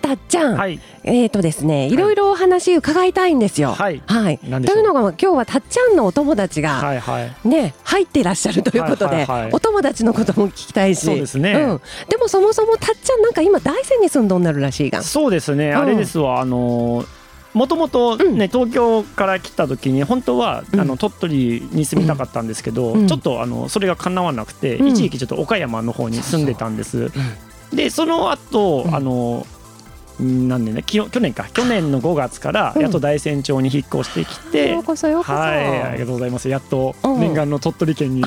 たっちゃん、はいえっ、とですねいろいろお話伺いたいんですよ。はい何でしとょいううのが今日はたっちゃんのお友達が、はいはいね、入っていらっしゃるということで、はいはいはいお友達のことも聞きたいしそうですねん、でもそもそもたっちゃんなんか今大山に住んどんなるらしいがそうですね、うんあれですわあのもともとうんね、東京から来た時に本当は、うんあの鳥取に住みたかったんですけど、うんちょっとあのそれが叶わなくて、うん一時期ちょっと岡山の方に住んでたんですそうでその後、うんあのなんでねき去年か去年の5月からうんやっと大山町に引っ越してきて、ようこそようこそ、はいありがとうございますやっとうん念願の鳥取 県に、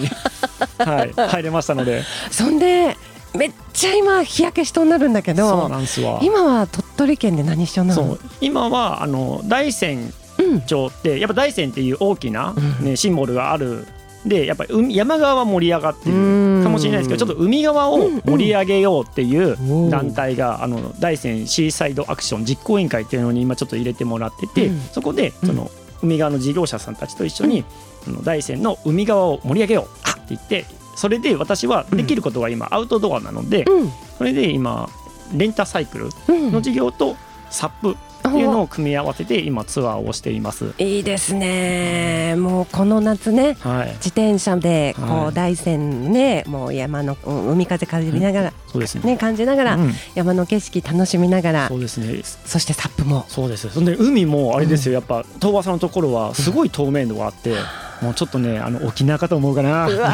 はい、入れましたのでそんでめっちゃ今日焼けしとんなるんだけそうどなんすわ今は鳥取県で何しとんなそのう今はあの大山うん町ってやっぱ大山っていう大きなう、んね、シンボルがあるでやっぱ海山側は盛り上がってるかかもしれないですけどちょっと海側を盛り上げようっていう団体があの大山シーサイドアクション実行委員会っていうのに今ちょっと入れてもらっててうんそこでうんその海側の事業者さんたちと一緒にあの大山の海側を盛り上げようって言ってそれで私はできることは今アウトドアなのでうんそれで今レンタサイクルうんの事業とサップっていうのを組み合わせて今ツアーをしています。いいですねもうこの夏ねはい、自転車でこはうい大山ねもう山のうん海風感じながらそうですね。ね感じながらうん山の景色楽しみながらそうですね。そしてサップもそうです。そんで海もあれですよ。やっぱ遠浅のところはすごい透明度があって、もうちょっとねあの沖縄かと思 うかな。うわ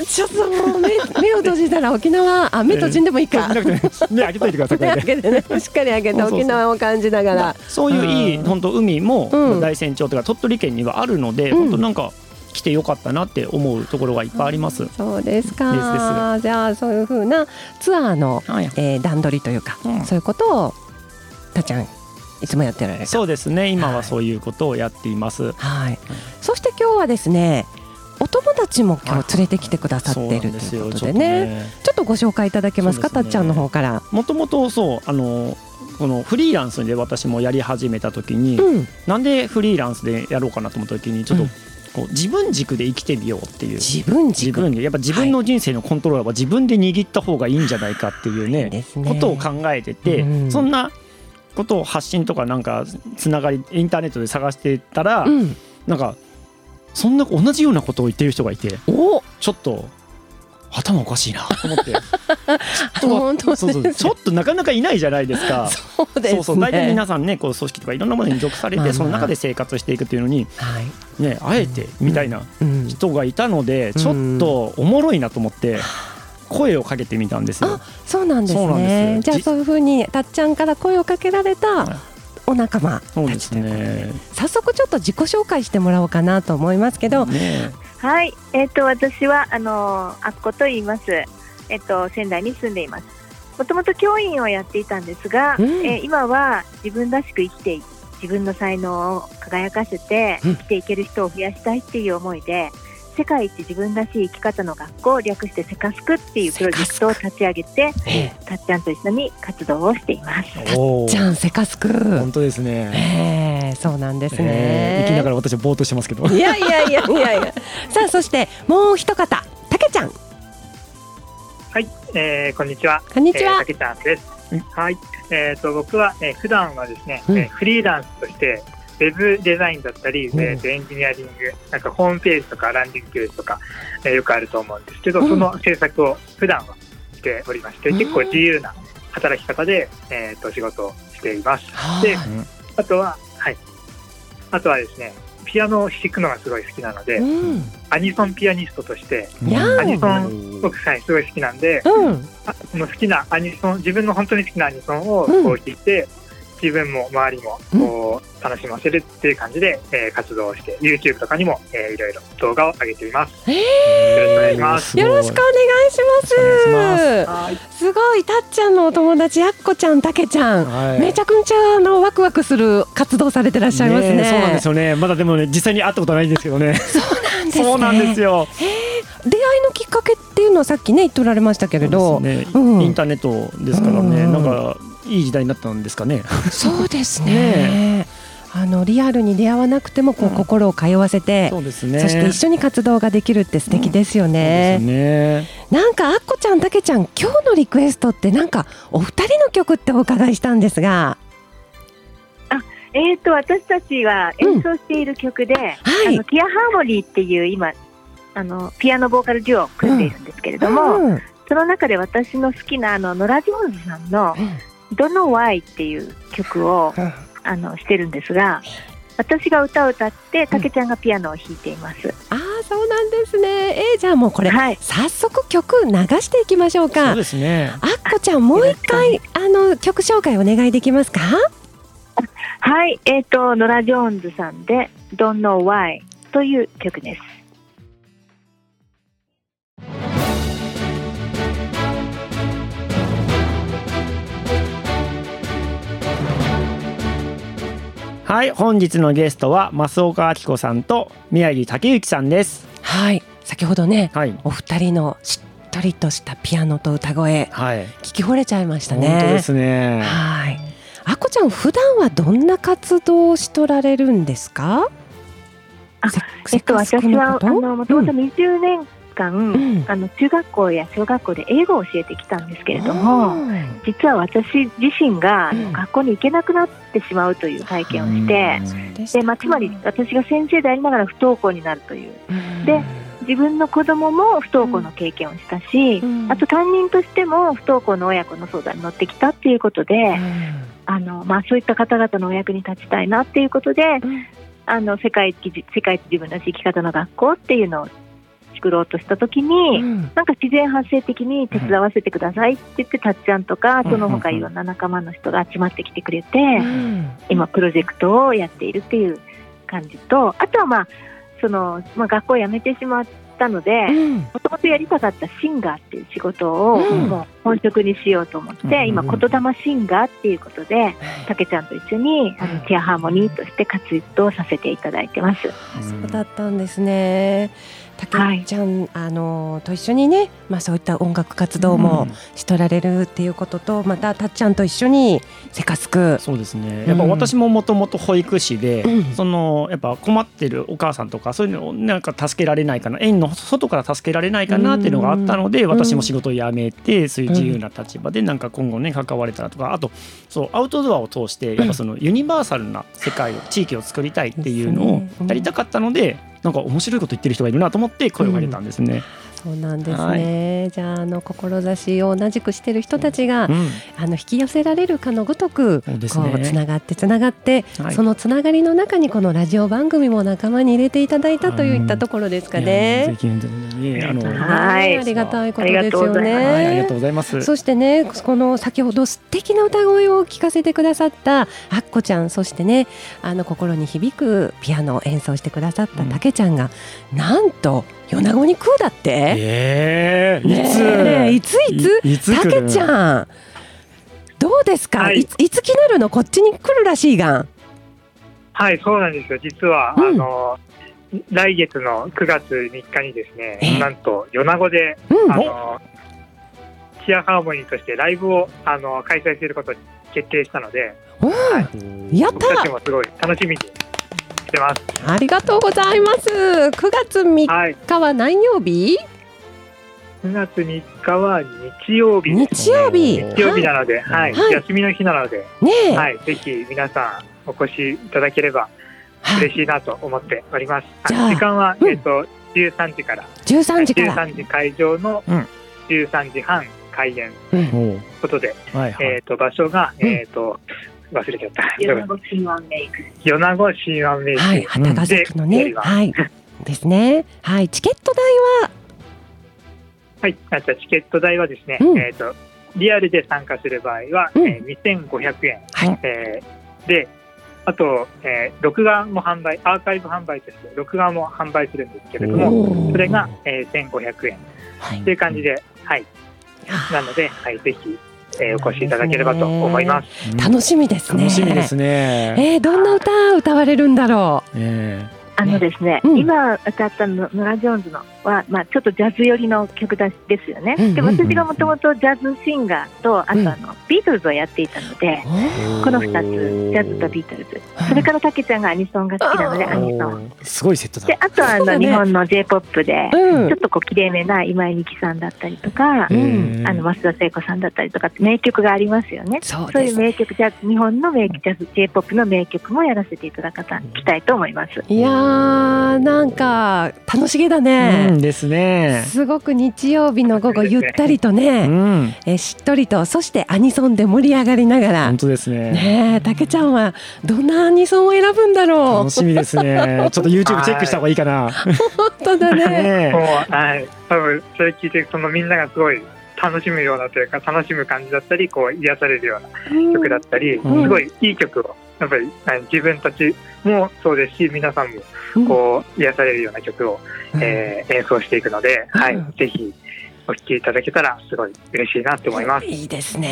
ーちょっともう目 目を閉じたら沖縄あ目閉じんでもいい か見なくてね開けといてくださいこ目れ開ね。けてねしっかり開けてそうそうそう沖縄を感じながらそういういいうん本当海もうん大山町とか鳥取県にはあるので、うん本当なんか来てよかったなって思うところがいっぱいあります。そうですかじゃあそういうふうなツアーの、はい。えー段取りというか、うんそういうことをたっちゃんいつもやってられるそうですね。今はそういうことをやっています。はい、そして今日はですねお友達も今日連れてきてくださっそうてないるんとでいすうよ。こちょっととでねね。ちょっとご紹介いただけますかそたうですねっちゃんの方から。もともとそうあのこのフリーランスで私もやり始めた時に、うん、なんでフリーランスでやろうかなと思った時にちょっとうんこう自分軸で生きてみようっていう自分自軸分でやっぱ自分の人生のコントローラーは自分で握った方がいいんじゃないかっていうねですねことを考えてて、うんそんなことを発信とかなんかつながりインターネットで探してたら、うん、なんかそんな同じようなことを言ってる人がいておちょっと頭おかしいなと思って ちょっと本当ですそうそうちょっとなかなかいないじゃないですか。そうですねそうそう大体皆さんねこう組織とかいろんなものに属されまあまあてその中で生活していくっていうのにはい、ねあえてみたいなうん、人がいたのでちょっとおもろいなと思って声をかけてみたんですよあ。そうなんですそうなんねですじゃあじそういうふうにたっちゃんから声をかけられいたお仲間たちとそいううこでとすで,、ね。早速ちょっと自己紹介してもらおうかなと思いますけど、ねはい、えっ、と私はあのあっこと言います。えっ、と仙台に住んでいます。もともと教員をやっていたんですが、うんえー今は自分らしく生きてい自分の才能を輝かせてうん生きていける人を増やしたいっていう思いで、世界一自分らしい生き方の学校を略してセカスクっていうプロジェクトを立ち上げて、えたっちゃんと一緒に活動をしています。おおじゃんせかすく、本当ですね。えー、そうなんですえね、ー生きながら私はぼーっとしてますけど。 いやいやいやいやいや。さあそしてもう一方、たけちゃん、はい、えーこんにちは。こんにちえーはた。けちゃんですうん。はい、えっ、と、僕は、えー普段はですね、うんえーフリーランスとして。ウェブデザインだったり、うんえーとエンジニアリング、なんかホームページとかランディングページとか、えーよくあると思うんですけど、うんその制作を普段はしておりまして、うん結構自由な働き方で、えー、と仕事をしています。ではあとは、はい。あとはですね、ピアノを弾くのがすごい好きなのいで、うん、アニソンピアニストとして、いやーアニソン僕、はい、すごい好きなんで、うん、あその好きなアニソン自分の本当に好きなアニソンをこうんう聴いて、自分も周りもこう楽しませるっていう感じで、えー活動をして YouTube とかにも、えーいろいろ動画を上げています。よろしくお願いします。よろしくお願いしよまはい、す。すごいたっちゃんのお友達やっこちゃん、たけちゃん。はいめちゃくちゃあのワクワクする活動されてらっしゃいますね。えそうなんですよね。まだでもね実際に会ったことないんですけどね。なんですねそうなんですよ。出会いのきっかけっていうのはさっきね言っとられましたけれそど、うですねうんインターネットですからね。うんなんかいい時代になったんですかね。そうですね。ねあのリアルに出会わなくてもこう、うん心を通わせて、うですねそして一緒に活動ができるって素敵ですよそうですね。ね。なんかあっこちゃんたけちゃん今日のリクエストってなんかお二人の曲ってお伺いしたんですがえー、と私たちは演奏している曲で、はあいのティアハーモニーっていう今あのピアノボーカルデュオを組んでいるんですけれども、うんその中で私の好きなあのノラ・ジョーンズさんの「Don't Know Why」っていう曲をあのしてるんですが私が歌を歌ってたけちゃんがピアノを弾いています。ああそうなんですねえー、じゃあもうこれ、はい早速曲流していきましょうそうかですね。あっこちゃんもう一回あの曲紹介お願いできますかはい、えっ、と、ノラ・ジョーンズさんで、Don't Know Why という曲です。はい、本日のゲストは増岡明子さんと宮城武之さんです。はい先ほどねはい。お二人のしっとりとしたピアノと歌声はい。聞き惚れちゃいました本ね当ですね。はいあっこちゃん普段はどんな活動をしとられるんですかあセえっと、セ私カスクはの、あことの、もともと20年間、んあの、中学校や小学校で英語を教えてきたんですけれどうも、ん実は私自身が、あのうん学校に行けなくなってしまうという体験をして、でしたで、まあ、つまり私が先生でありながら不登校になるという、で自分の子供も不登校の経験をしたし、うんあと担任としても不登校の親子の相談に乗ってきたっていうことで、あのまあ、そういった方々のお役に立ちたいなっていうことで、んあの世界一世界一自分らしい生き方の学校っていうのを作ろうとした時に、うんなんか自然発生的に手伝わせてくださいって言って、たっちゃんとかうんその他いろんな仲間の人が集まってきてくれて、うん今プロジェクトをやっているっていう感じとあとは、まあそのまあ、学校を辞めてしまったので。うんもともとやりたかったシンガーっていう仕事をうんもう本職にしようと思って、うん今言霊シンガーっていうことでたけちゃんと一緒にあのティアハーモニーとして活動させていただいてます。そうだったんですね。たけちゃん、あのと一緒にね、まあそういった音楽活動もしとられるっていうことと、またたっちゃんと一緒にセカスク。そうですね。やっぱ私ももともと保育士で、うんそのやっぱ困ってるお母さんとかそういうのをなんか助けられないかな、園の外から助けられないかなっていうのがあったので、ん私も仕事を辞めてそういう自由な立場でなんか今後ね関われたらとか、あとそうアウトドアを通してやっぱそのユニバーサルな世界を地域を作りたいっていうのをですねやりたかったので、なんか面白いこと言ってる人がいるなと思って声をかけたんですね。そうなんですね。じゃああの志を同じくしてる人たちが、うんあの引き寄せられるかのごとく。そうですこうつね。ながってつながって、はいそのつながりの中にこのラジオ番組も仲間に入れていただいたといったところですかいやねぜ。ひ本当にねあの、ははいありがたいことですありがとうよございまね。すい、ありがとうございます。そしてねこの先ほど素敵な歌声を聞かせてくださったあっこちゃんそしてねあの心に響くピアノを演奏してくださったたけちゃんが、なんと米子に食うだって、ええねえいいつついついいつた来けるちゃんどうですか、はいい、ついつ来なるのこっちに来るらしいがんはい、そうなんですよ。実は、うんあの来月の9月3日にですえね、なんと米子でうんあのチアハーモニーとしてライブをあの開催することに決定したので、うんやっ僕たちたもすごい楽しみにしてます。ありがとうございます9月3はい、日は何曜日9月3日は日曜日です。日曜日日日曜日なので、ははいい、はい休みの日なので、ねえ、はい、ぜひ皆さんお越しいただければはい嬉しいなと思っております。じゃあ時間は、うんえっと13時から、 13時から、 13時会場のうん13時半開演うんおうということで、はいはい。えっと場所が、うんえっと忘れちゃった。メイク米子新安名はい、人旗ヶ崎のうね、んはい、ですね。はい、チケット代は、はい、あとチケット代はですね、うんえっ、とリアルで参加する場合は、うんえー、2500円、はいえーで、あと、えー録画も販売、アーカイブ販売として録画も販売するんですけれども、おーそれが、えー、1500円はいという感じで、はい、あなので、はい、ぜひ、えーお越しいただければと思います。ー楽しみですね。楽しみですね。えー、どんな歌歌われるんだろええああのですね、うん今歌ったのノラ・ジョーンズのは、まあ、ちょっとジャズ寄りの曲だですよね、うんうんうんで私がもともとジャズシンガーとあとあの、ビートルズをやっていたので、この2つジャズとビートルズそれからたけちゃんがアニソンが好きなのであアニソンおーすごいセットだであとはあそうだのね日本の j p o p で、うんちょっとこう綺麗めな今井美樹さんだったりとか、うんへーあの増田聖子さんだったりとかって名曲がありますよね。そうそうでいうすね。名曲ジャズ日本の名曲ジャズ j p o p の名曲もやらせていただかたきたいと思います。いやーなんか楽しげだうねん。ですね。すごく日曜日の午後ゆったりとうね、ん、えーしっとりとそしてアニソンで盛り上がりながら本。当ですね。ねえ、たけちゃんはどんなアニソンを選ぶんだろう楽。しみで すね。ちょっと YouTube チェックした方がいいかな。本当だね。もうねはい多分それ聞いてそのみんながすごい楽しむようなというか楽しむ感じだったりこう癒されるような曲だったり、うんすごいいい曲をやっぱりあの自分たちもそうですし皆さんもうんこう癒されるような曲を、えー演奏していくので、はいうんぜひお聴きいただけたらすごい嬉しいなと思います。いいですですね。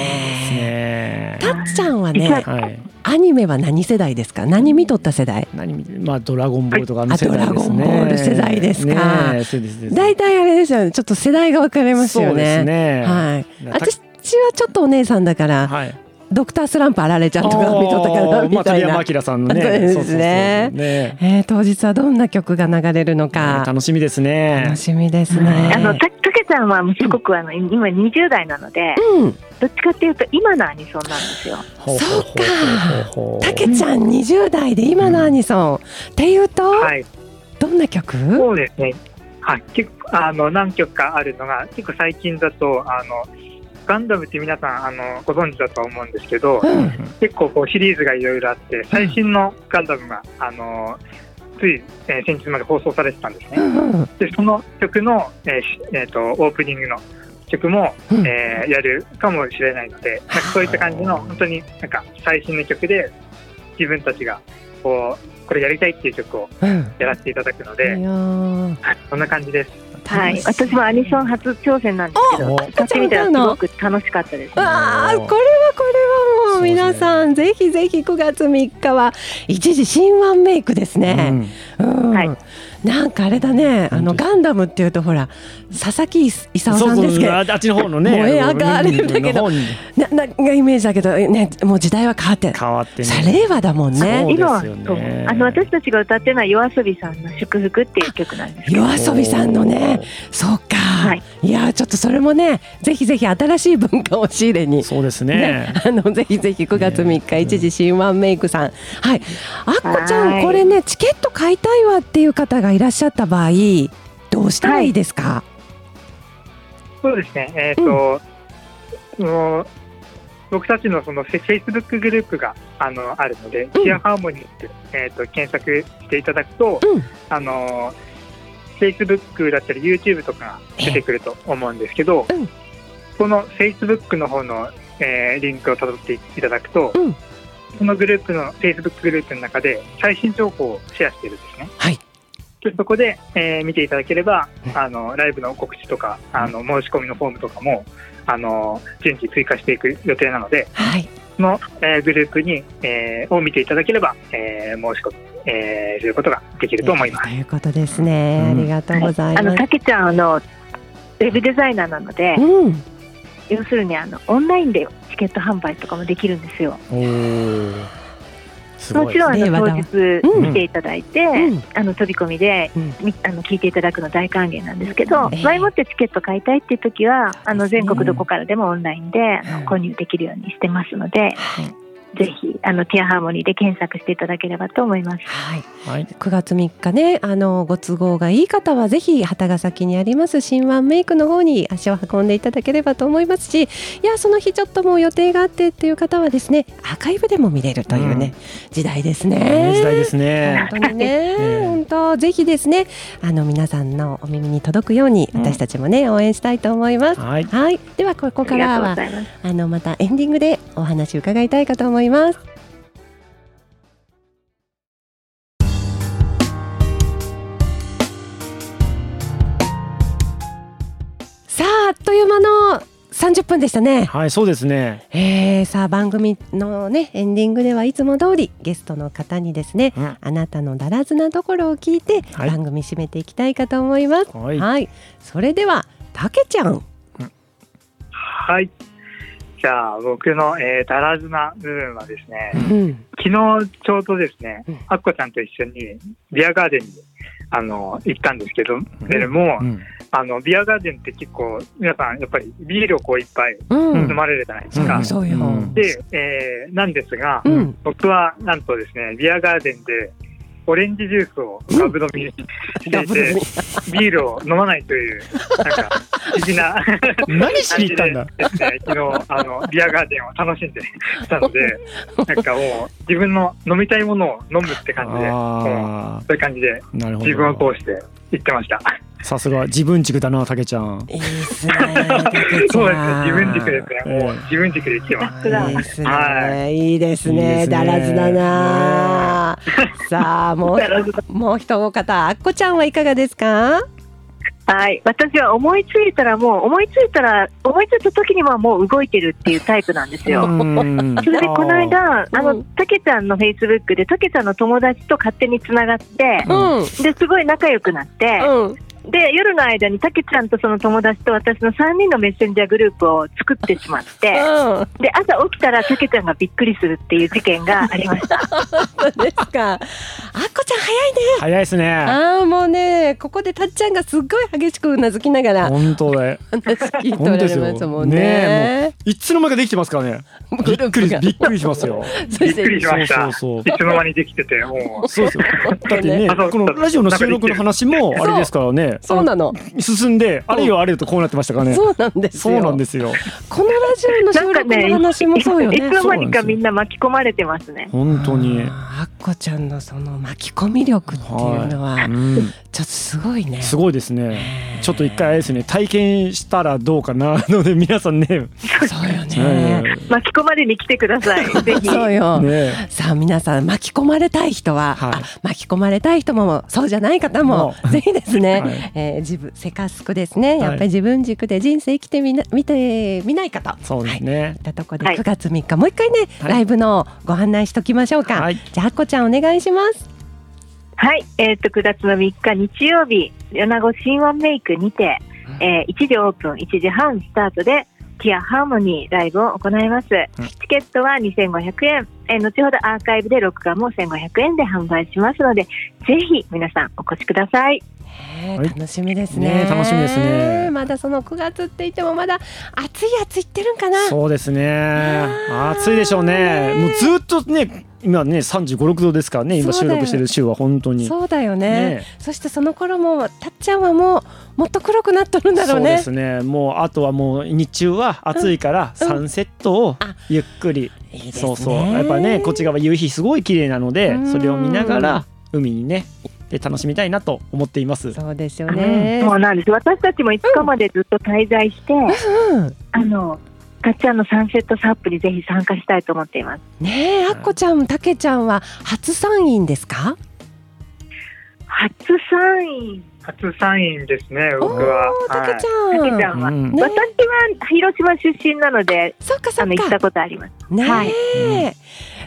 ね。たっちゃんは実はね、はい。アニメは何世代ですか。何見とった世代。何見てまあドラゴンボールとかあの世代ですね。あドラゴンボール世代ですかねえそうですです大体あれですよね。ちょっと世代が分かれますそようですね。ね。はい。だから私はちょっとお姉さんだから、はい。ドクタースランプあられちゃんとか見とったかあらーみまあた鳥いな山。明さんのね。 そうですねそうそうそうねえー当日はどんな曲が流れるのあーか楽しみですね楽。しみですはねい。あのたたけちゃんはもうすごくあの今20代なのでうん、どっちかっていうと今のアニソンなんですよ。ほほほほほほたけちゃん20代で今のアニソン、っていうと、はい、どんな曲？そうですね。はい、結構あの何曲かあるのが結構最近だとあのガンダムって皆さんあのご存知だとは思うんですけど、うん結構こうシリーズがいろいろあって最新のガンダムがあのつい、えー先日まで放送されてたんですうね。んうんでその曲の、えーしえーとオープニングの曲も、うんえーやるかもしれないのでなんかそういった感じの本当になんか最新の曲で自分たちがこうこれやりたいっていう曲をうんやらせていただくのいで、やーはい、そんな感じです。はい、私もアニソン初挑戦なんですけどお歌ってみたらすごく楽しかったです。わあこれはこれはもうそうですね皆さん、ぜひぜひ9月3日は一時新ワンメイクですうね、んうんはいなんかあれだねあの本当ガンダムっていうとほら佐々木勲そさうんそうですけどああっちの方のね燃え上がるんだけどうんなななイメージだけどねもう時代は変わって変わってねさ令和だもんそうね今はそうですそようねあの私たちが歌ってるのは夜遊びさんの祝福っていう曲なんですけど夜遊びさんのねそうか、いい、やちょっとそれもねぜひぜひ新しい文化を仕入れに そうですねあのぜひぜひ9月3日ね一時新ワンメイクさん、はい、あっこちゃはんいこれねチケット買いたいわっていう方がいらっしゃった場合どうしたらいいですか、そうですね。えっ、と、その僕たちのそのフェフェイスブックグループがあのあるので、うんシェアハーモニーって、えー、と検索していただくと、うんあのフェイスブックだったり YouTube とかが出てくると思うんですけど、うんこのフェイスブックの方の、えーリンクをたどっていただくと、うんそのグループのフェイスブックグループの中で最新情報をシェアしているんですね。はいでそこで、えー見ていただければ、あのライブの告知とかあの申し込みのフォームとかもあの順次追加していく予定なのではいその、えーグループに、えーを見ていただければ、えー申し込み、えーすることができると思いますと。いうことですね、うんありがとうございあまのす、たけちゃんあのウェブデザイナーなので、うん、要するにあのオンラインでチケット販売とかもできるんですよ。おーすごいもちろんあ令和のだ当わ日うん来ていただいて、んあの飛び込みで、うんみあの聞いていただくの大歓迎なんですけど、ええ前もってチケット買いたいっていう時は、あのそうですね全国どこからでもオンラインであの購入できるようにしてますので、はいぜひあのティアハーモニーで検索していただければと思います。はいはい9月3日ねあのご都合がいい方はぜひ旗ヶ崎にあります新ワンメイクの方に足を運んでいただければと思いますしいやその日ちょっともう予定があってっていう方はですねアーカイブでも見れるというね、時代ですね。ね時代ですね本当にね、ええ本当ぜひですねあの皆さんのお耳に届くようにうん私たちもね、応援したいと思います。はいはい、ではここあかりがらとうごはざいます。あのまたエンディングでお話伺いたいかと思います。さああっという間の30分でしたね。はい、そうですね。えー、さあ番組のねエンディングではいつも通りゲストの方にですね、うんあなたのだらずなところを聞いてはい番組締めていきたいかと思います。ははい、い。それではたけちゃん、はい。じゃあ、僕の、えー、だらずな部分はですね、うん、昨日ちょうどですねうん、アッコちゃんと一緒に、ビアガーデンに、あの、行ったんですけど、でも、うんあの、ビアガーデンって結構、皆さん、やっぱりビールをこういっぱいうん、飲まれるじゃないですうか。んそうよんで、えーなんですが、うん僕はなんとですね、ビアガーデンで、オレンジジュースをガブ飲みにしてダいブルてに、ビールを飲まないという、なんか、不思議な何しに行ったんだ感。じでですね、昨日、あの、ビアガーデンを楽しんできたので、なんかもう、自分の飲みたいものを飲むって感じで、もうあそういう感じで、あ、なるほ自分ど。を通して行ってました。さすが自分軸だな、たけちゃん。いいっすね。たけちそうですねゃ、ん自分軸ですね、もえうえ自分軸で生きてます。いいですね、、はいいですいいでねすねだらずだな、さあもうだらずだもう一お方あっこちゃんはいかがですかはい、私は思いついたらもう思いついたら思いついた時にはもう動いてるっていうタイプなんですよ。そそれでこの。間あうのんたけちゃんのフェイスブックでたけちゃんの友達と勝手につながってううんんうんですごい仲良くなってで夜の間にたけちゃんとその友達と私の3人のメッセンジャーグループを作ってしまってうんで朝起きたらたけちゃんがびっくりするっていう事件がありました。そうですかあっこちゃん早いね早いですね。ああもうねここでたっちゃんがすっごい激しくうなずきながら本当だよ。話聞いておられますもんねねいつの間にかできてますからね。びっくりびっくりしますよ。そしびっくりてしましたそうそういつの間にできてて、もう。そうですよ。だってね、あのこのラジオの収録の話もあれですからね。そうなのあの進んで、あれよあれよとこうなってましたからね。そうなんですそうよなんですよ。このラジオの収録の話もそうよいつねの間にかみんな巻き込まれてますね。本当に。あっこちゃんのその巻き込み力っていうのは、うんちょっとすごいねすごいですね。ちょっと一回あれですね、体験したらどうかなので、皆さんね。そうよねね巻き込まれに来てく ださい。ぜひ。そうよ、ねさあ皆さん巻き込まれたい人は、はいあ巻き込まれたい人もそうじゃない方ももうぜひですね、はいえー自分セカスクですね、いやっぱり自分軸で人生生きてみな見てみない方そうではいすいねっ。たとこではい9月3日、もう一回ね、はいライブのご案内しときましょうか、はいじゃああっこちゃんお願いしますはい、えっ、と9月の3日日曜日、米子新音メイクにて、えー1時オープン、1時半スタートでティアハーモニーライブを行いまんす。チケットは2500円、えー後ほどアーカイブで録画も1500円で販売しますので、ぜひ皆さんお越しください。ねえはい楽しみですねねえ楽しみですねまだその9月って言ってもまだ暑い暑いってるんかなそうですねあー。暑いでしょうねね。もうずっとね、今ね、三十五六度ですからね。今そう収だよ録してる週は本当に。そうだよねねそしてその頃もたっちゃんはもうもっと黒くなっとるんだろそううねですね。もうあとはもう日中は暑いから、うんサンセットをあゆっくり。いいですねそうそう。やっぱね、こっち側夕日すごい綺麗なのでう、んそれを見ながら海にね、で楽しみたいなと思っています。そうですよね、そうなんです。私たちも5日までずっと滞在して、うん、あの、ガッチャンのサンセットサップにぜひ参加したいと思っています。ねえあっこちゃんたけちゃんは初参院ですか初参院初参院ですね、お僕おは。ーたはけちい、ゃん、たけちゃんは、うんね私は広島出身なのでそっかそあっの行ったかことありますねえ、はい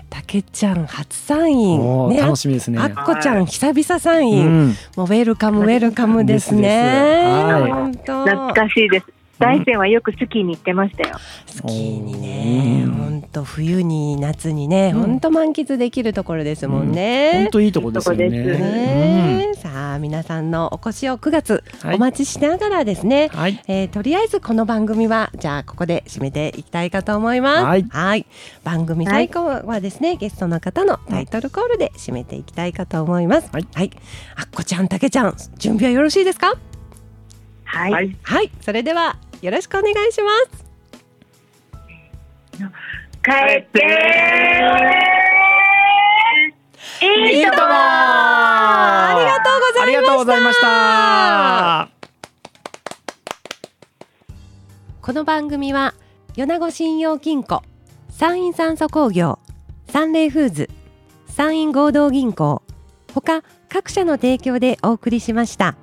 たけちゃん初参院おーね楽しみですねあ。っこちゃん久々参う院、んもうウェルカムウェルカムですね。ですですはい本当。懐かしいです大山はよくスキーに行ってましたよ、スキーにね、本当冬に夏にね、うん本当満喫できるところですもんね本。当いいとこですよいいとこでね。すねえさあ皆さんのお越しを9月はいお待ちしながらですね、うんはい。えーとりあえずこの番組はじゃあここで締めていきたいかと思いますはい番組最後はですね、ゲストの方のタイトルコールで締めていきたいかと思いますはい、あっこちゃんたけちゃん準備はよろしいですかはい、はいはいそれではよろしくお願いします帰っていいともありがとうございますありがとうございました。この番組は米子信用金庫山陰酸素工業サンレイフーズ山陰合同銀行ほか各社の提供でお送りしました。